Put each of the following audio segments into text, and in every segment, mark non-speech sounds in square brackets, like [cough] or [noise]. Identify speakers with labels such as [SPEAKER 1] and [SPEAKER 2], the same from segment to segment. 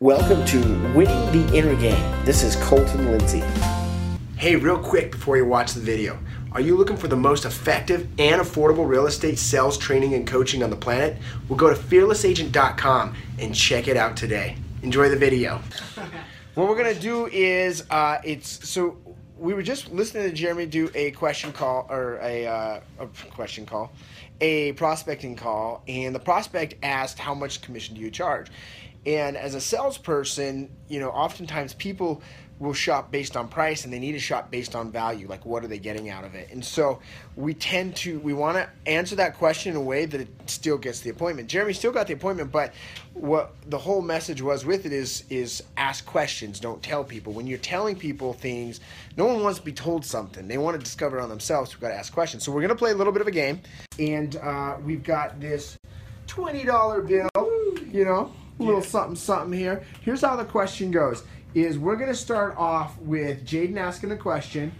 [SPEAKER 1] Welcome to Winning the Inner Game. This is Colton Lindsay.
[SPEAKER 2] Hey, real quick before you watch the video, are you looking for the most effective and affordable real estate sales training and coaching on the planet? Well, go to fearlessagent.com and check it out today. Enjoy the video. what we're gonna do is uh, it's so we were just listening to Jeremy do a question call or a, uh, a question call, a prospecting call, and the prospect asked how much commission do you charge? And as a salesperson, you know, oftentimes people will shop based on price and they need to shop based on value like what are they getting out of it and so we tend to we want to answer that question in a way that it still gets the appointment jeremy still got the appointment but what the whole message was with it is is ask questions don't tell people when you're telling people things no one wants to be told something they want to discover it on themselves we've got to ask questions so we're going to play a little bit of a game and uh, we've got this $20 bill you know a little something something here here's how the question goes is we're going to start off with Jaden asking a question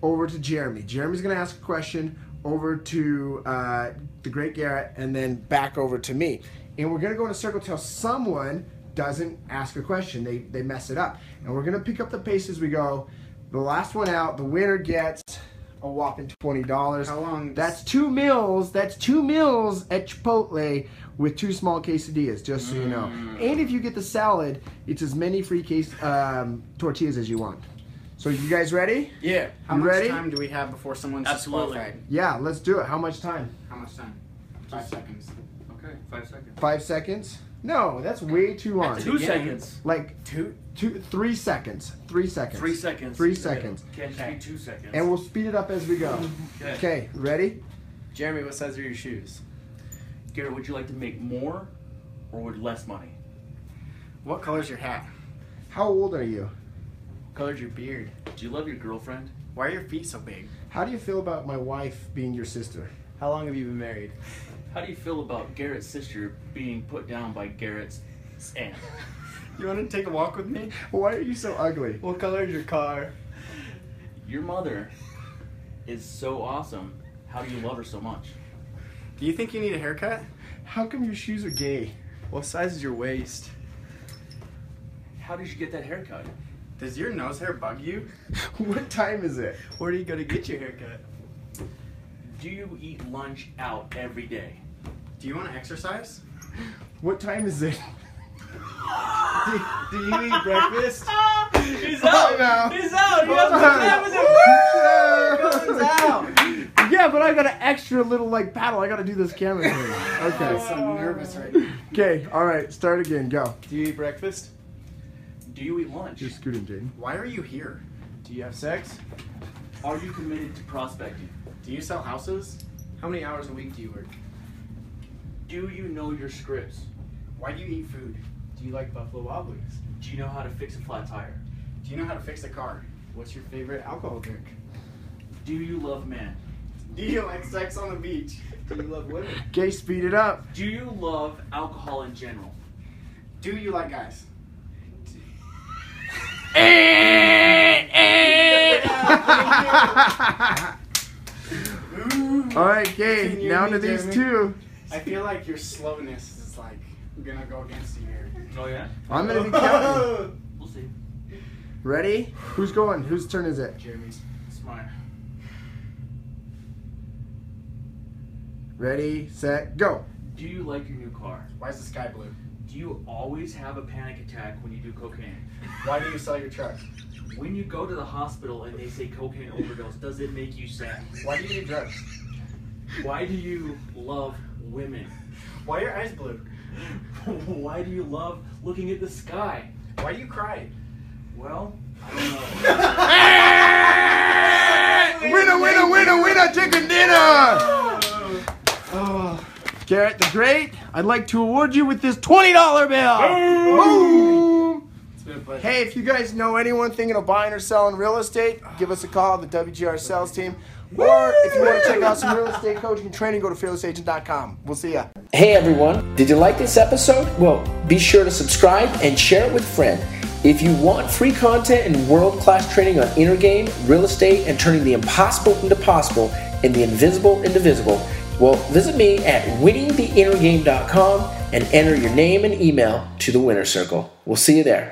[SPEAKER 2] over to Jeremy. Jeremy's going to ask a question over to uh, the great Garrett and then back over to me. And we're going to go in a circle till someone doesn't ask a question. They, they mess it up. And we're going to pick up the pace as we go. The last one out, the winner gets a whopping $20.
[SPEAKER 3] How long-
[SPEAKER 2] That's two meals. That's two meals at Chipotle with two small quesadillas, just so you know.
[SPEAKER 4] Mm.
[SPEAKER 2] And if you get the salad, it's as many free case um, tortillas as you want. So you guys ready?
[SPEAKER 3] Yeah. How
[SPEAKER 2] You
[SPEAKER 3] much
[SPEAKER 2] ready?
[SPEAKER 3] time do we have before someone's
[SPEAKER 4] Absolutely.
[SPEAKER 3] disqualified?
[SPEAKER 2] Yeah, let's do it. How much time?
[SPEAKER 3] How much time? Five seconds.
[SPEAKER 4] Okay, five seconds.
[SPEAKER 2] Five seconds? No, that's way too long.
[SPEAKER 4] Two
[SPEAKER 3] Yeah.
[SPEAKER 4] seconds.
[SPEAKER 2] Like
[SPEAKER 3] Two.
[SPEAKER 2] two, three seconds. Three seconds.
[SPEAKER 4] Three seconds.
[SPEAKER 2] Three seconds.
[SPEAKER 4] Can't just be two seconds.
[SPEAKER 2] And we'll speed it up as we go.
[SPEAKER 4] Okay.
[SPEAKER 2] Okay, ready?
[SPEAKER 3] Jeremy, what size are your shoes?
[SPEAKER 4] Garrett, would you like to make more or would less money?
[SPEAKER 3] What color's your hat?
[SPEAKER 2] How old are you?
[SPEAKER 3] What color's your beard?
[SPEAKER 4] Do you love your girlfriend?
[SPEAKER 3] Why are your feet so big?
[SPEAKER 2] How do you feel about my wife being your sister?
[SPEAKER 3] How long have you been married?
[SPEAKER 4] How do you feel about Garrett's sister being put down by Garrett's aunt?
[SPEAKER 3] You want to take a walk with me?
[SPEAKER 2] Why are you so ugly?
[SPEAKER 3] What color's your car?
[SPEAKER 4] Your mother is so awesome. How do you love her so much?
[SPEAKER 3] Do you think you need a haircut?
[SPEAKER 2] How come your shoes are gay?
[SPEAKER 3] What size is your waist?
[SPEAKER 4] How did you get that haircut?
[SPEAKER 3] Does your nose hair bug you?
[SPEAKER 2] [laughs] What time is it?
[SPEAKER 3] Where do you go to get your haircut?
[SPEAKER 4] Do you eat lunch out every day?
[SPEAKER 3] Do you want to [laughs] exercise?
[SPEAKER 2] What time is it?
[SPEAKER 3] Do, do you eat [laughs] breakfast?
[SPEAKER 4] He's
[SPEAKER 2] out! now. He's
[SPEAKER 4] out!
[SPEAKER 2] Yeah, but I got an extra little like paddle. I got to do this camera thing.
[SPEAKER 3] I'm
[SPEAKER 2] Okay.
[SPEAKER 3] so nervous right now.
[SPEAKER 2] Okay. All right. Start again. Go.
[SPEAKER 3] Do you eat breakfast?
[SPEAKER 4] Do you eat lunch?
[SPEAKER 2] You're scooting, Jaden.
[SPEAKER 3] Why are you here? Do you have sex?
[SPEAKER 4] Are you committed to prospecting?
[SPEAKER 3] Do you sell houses? How many hours a week do you work?
[SPEAKER 4] Do you know your scripts?
[SPEAKER 3] Why do you eat food? Do you like Buffalo Wild Wings?
[SPEAKER 4] Do you know how to fix a flat tire?
[SPEAKER 3] Do you know how to fix a car? What's your favorite alcohol drink?
[SPEAKER 4] Do you love men?
[SPEAKER 3] Do you like sex on the beach? Do you love women?
[SPEAKER 2] Okay. Speed it
[SPEAKER 3] [laughs]
[SPEAKER 2] up.
[SPEAKER 4] Do you love alcohol in general?
[SPEAKER 3] Do you like guys?
[SPEAKER 2] All right, Gabe.
[SPEAKER 3] Can you
[SPEAKER 2] Now
[SPEAKER 3] read,
[SPEAKER 2] to these
[SPEAKER 3] Jeremy?
[SPEAKER 2] two.
[SPEAKER 3] I feel like your slowness is like gonna go against you here.
[SPEAKER 4] Oh yeah.
[SPEAKER 2] I'm gonna be counting.
[SPEAKER 3] [laughs]
[SPEAKER 4] We'll see.
[SPEAKER 2] Ready? Who's going? Whose turn is it?
[SPEAKER 3] Jeremy's.
[SPEAKER 4] It's mine.
[SPEAKER 2] Ready, set, go.
[SPEAKER 4] Do you like your new car?
[SPEAKER 3] Why is the sky blue?
[SPEAKER 4] Do you always have a panic attack when you do cocaine?
[SPEAKER 3] Why do you sell your truck?
[SPEAKER 4] When you go to the hospital and they say cocaine overdose, does it make you sad?
[SPEAKER 3] Why do you do drugs?
[SPEAKER 4] Why do you love women? [laughs]
[SPEAKER 3] Why are your eyes blue?
[SPEAKER 4] Why do you love looking at the sky?
[SPEAKER 3] Why do you cry?
[SPEAKER 4] Well, I don't know.
[SPEAKER 2] Winner, winner, winner, winner, chicken dinner! Oh. Garrett the Great, I'd like to award you with this $20 bill! Boom!
[SPEAKER 3] It's been a pleasure.
[SPEAKER 2] Hey, if you guys know anyone thinking of buying or selling real estate, give us a call, the WGR sales team. Or if you want to check out some real estate coaching and training, go to fearlessagent.com. We'll see ya.
[SPEAKER 1] Hey everyone, did you like this episode? Well, be sure to subscribe and share it with a friend. If you want free content and world class training on inner game, real estate, and turning the impossible into possible and the invisible into visible, well, visit me at winningtheinnergame.com and enter your name and email to to the winner circle. We'll see you there.